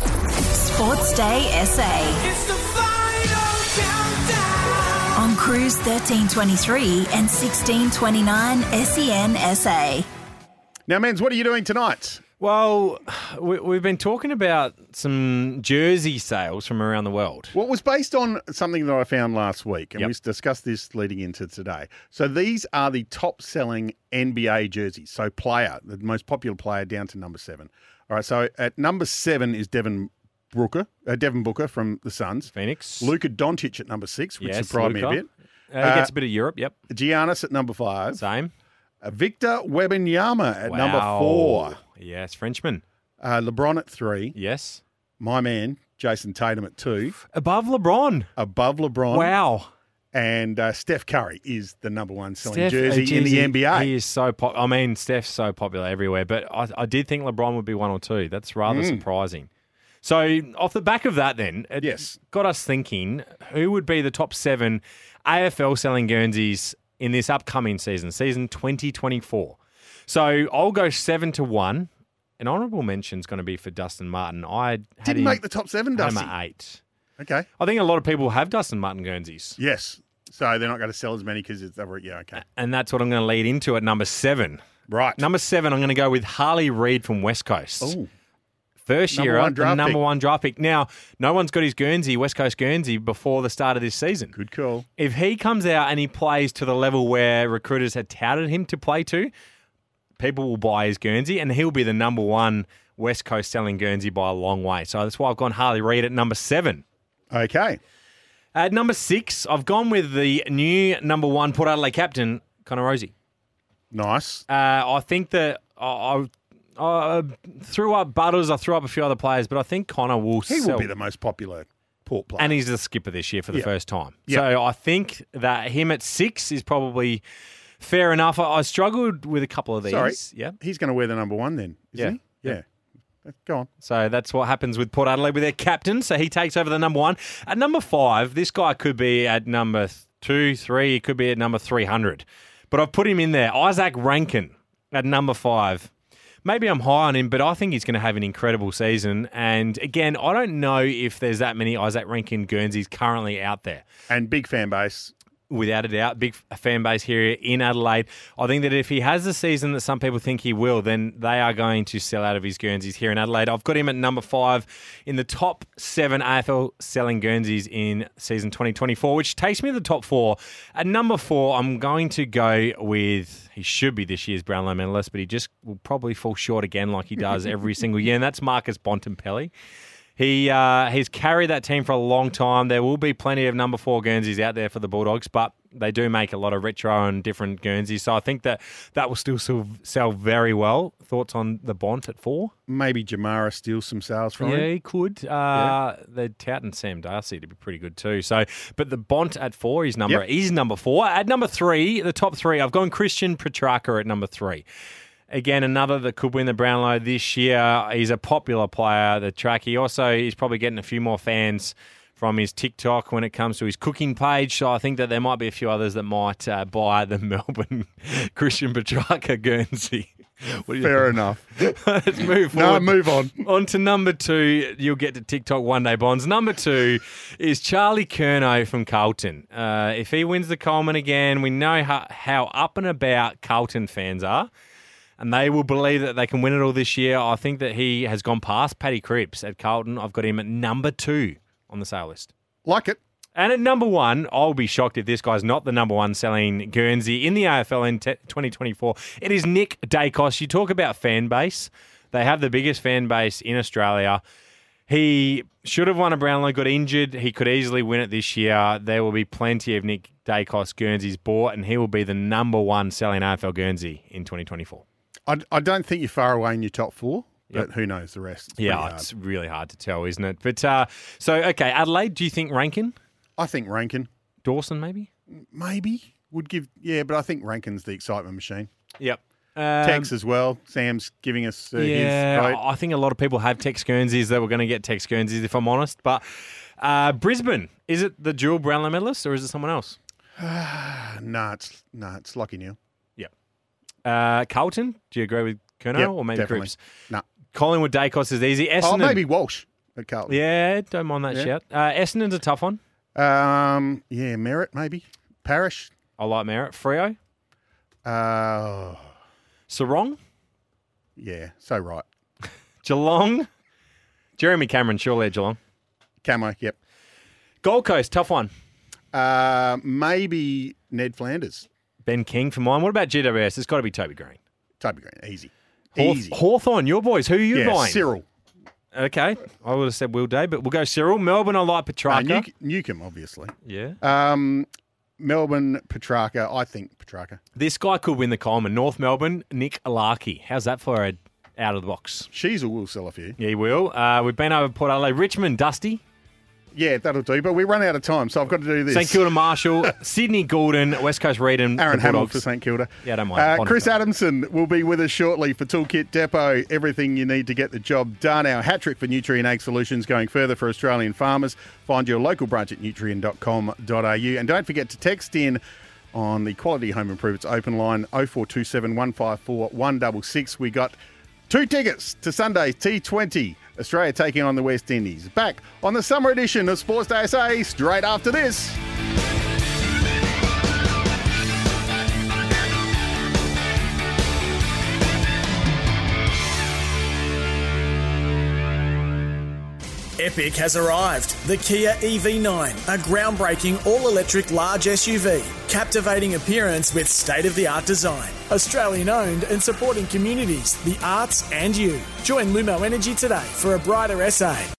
Sports Day SA It's the final countdown. on Cruise 1323 and 1629 SEN SA. Now, Menz, what are you doing tonight? Well, we, we've been talking about some jersey sales from around the world. Well, it was based on something that I found last week, and Yep. we discussed this leading into today. So these are the top selling NBA jerseys. So player, the most popular player, down to number seven. All right. So at number seven is Devin Brooker, uh, Devin Booker from the Suns. Phoenix. Luka Doncic at number six, which Yes, surprised me a Luka. bit. Uh, he Uh, gets a bit of Europe. Yep. Giannis at number five. Same. Uh, Victor Webanyama at number Wow. four. Yes, Frenchman. Uh, LeBron at three. Yes. My man, Jason Tatum at two. Above LeBron. Above LeBron. Wow. and uh, Steph Curry is the number one selling Steph, jersey, uh, in the NBA. He is so pop. I mean, Steph's so popular everywhere, but I, I did think LeBron would be one or two. That's rather Mm. surprising. So, off the back of that, then, it Yes. got us thinking who would be the top seven AFL selling Guernseys in this upcoming season, season 2024. So, I'll go seven to one. An honourable mention is going to be for Dustin Martin. I had Didn't him make the top seven, at uh, Dusty. number eight. Okay. I think a lot of people have Dustin Martin Guernseys, Yes. So they're not going to sell as many because it's over. Yeah. Okay. and that's what I'm going to lead into at number seven. Right. Uh, Oh, Number seven, I'm going to go with Harley Reid from West Coast. Ooh. First Number year one up, the draft number pick. one draft pick. Now, no one's got his Guernsey, West Coast Guernsey, before the start of this season. Good call. If he comes out and he plays to the level where recruiters had touted him to play to, people will buy his Guernsey, and he'll be the number one West Coast selling Guernsey by a long way. So that's why I've gone Harley Reid at number seven. Okay. At number six, I've gone with the new number one Port Adelaide captain, Connor Rosie. Nice. Uh, I think that I, I, I threw up Butters, I threw up a few other players, but I think Connor will He sell. will be the most popular port player. and he's the skipper this year for the Yeah. first time. Yeah. So I think that him at six is probably fair enough. I, I struggled with a couple of these. Sorry. Yeah. He's going to wear the number one then, isn't Yeah. he? Yeah. Go on. So that's what happens with Port Adelaide with their captain. So he takes over the number one. At number five, this guy could be at number th- two, three. He could be at number 300. But I've put him in there. Isaac Rankin at number five. Maybe I'm high on him, but I think he's going to have an incredible season. And again, I don't know if there's that many Isaac Rankin Guernseys currently out there And big fan base. without a doubt, big f- fan base here in Adelaide. I think that if he has the season that some people think he will, then they are going to sell out of his Guernseys here in Adelaide. I've got him at number five in the top seven AFL selling Guernseys in season 2024, which takes me to the top four. At number four, I'm going to go with he should be this year's Brownlow medalist, but he just will probably fall short again, like he does every single year, and that's Marcus Bontempelli. He uh, he's carried that team for a long time. There will be plenty of number four Guernseys out there for the Bulldogs, but they do make a lot of retro and different Guernseys. So I think that that will still sell, sell very well. Thoughts on the Bont at four? Maybe Jamara steals some sales from Yeah, him. he could. Uh, They're touting Sam Darcy to be pretty good too. So, but the Bont at four is number Yep. is number four. At number three, the top three, I've gone Christian Petrarca at number three. Again, another that could win the Brownlow this year. He's a popular player. The track. He also is probably getting a few more fans from his TikTok when it comes to his cooking page. So I think that there might be a few others that might uh, buy the Melbourne Christian Petrarca Guernsey. What do you Fair think? enough. Let's move no, forward. move on. On to number two, you'll get to TikTok one day, Bonds. Number two is Charlie Kerno from Carlton. Uh, if he wins the Coleman again, we know how, how up and about Carlton fans are, and they will believe that they can win it all this year. I think that he has gone past Paddy Cripps at Carlton. I've got him at number two on the sale list. Like it. And at number one, I'll be shocked if this guy's not the number one selling Guernsey in the AFL in t- 2024. It is Nick Dacos. You talk about fan base. They have the biggest fan base in Australia. He should have won a Brownlow, got injured. He could easily win it this year. There will be plenty of Nick Dacos Guernseys bought, and he will be the number one selling AFL Guernsey in 2024. I, I don't think you're far away in your top four, but who knows the rest? It's yeah, pretty hard. it's really hard to tell, isn't it? But uh, so, okay, Adelaide, do you think Rankin? I think Rankin Dawson, maybe? maybe would give. Yeah, but I think Rankin's the excitement machine. Yep. Tex as well. Sam's giving us uh, Um, yeah, his vote. I think a lot of people have Tex Guernseys that were going to get Tex Guernseys, if I'm honest. But uh, Brisbane, is it the dual Brownlow medalist or is it someone else? Ah, Nah, it's nah, it's Lucky Neil. Uh, Carlton, do you agree with Kerno Yep, or maybe definitely. Cripps? Nah. Collingwood Dacos is easy. Essendon, Oh, maybe Walsh at Carlton. Yeah, don't mind that Yeah. shout. Uh, Essendon's a tough one. Yeah. Um. Yeah. Merritt maybe. Parish. I like Merritt. Frio, Uh. Sarong, Yeah. So right. Geelong, Jeremy Cameron, surely at Geelong. Camo. Yep. Gold Coast, tough one. Uh. Maybe Ned Flanders. Ben King for mine. What about GWS? It's got to be Toby Green. Toby Green. Easy. Hawth- Easy. Hawthorn, your boys. Who are you yeah. buying? Cyril. Okay, I would have said Will Day, but we'll go Cyril. Melbourne, I like Uh, Petrarca. Newc- Newcomb, obviously. yeah, Um. Melbourne Petrarca. I think Petrarca. this guy could win the Coleman. North Melbourne, Nick Larkey. How's that for a out of the box? Sheasel will sell a few. Yeah, he will. Uh, we've been over Port Adelaide, Richmond, Dusty, Yeah, that'll do. But we run out of time, so I've got to do this. St Kilda, Marshall, Sydney, Goulden, West Coast, Reedham, Aaron the Hamill Bulldogs. for St Kilda. Yeah, don't mind. Uh, Honest Chris guy. Adamson will be with us shortly for Toolkit Depot. Everything you need to get the job done. Our hat trick for Nutrient Ag Solutions going further for Australian farmers. Find your local branch at nutrient.com.au. And don't forget to text in on the Quality Home Improvements open line 0427 154 166. We got two tickets to Sunday's T20. Australia taking on the West Indies. Back on the summer edition of Sports Day SA straight after this. Epic has arrived. The Kia EV9, a groundbreaking all electric large SUV. Captivating appearance with state of the art design. Australian owned and supporting communities, the arts, and you. Join Lumo Energy today for a brighter SA.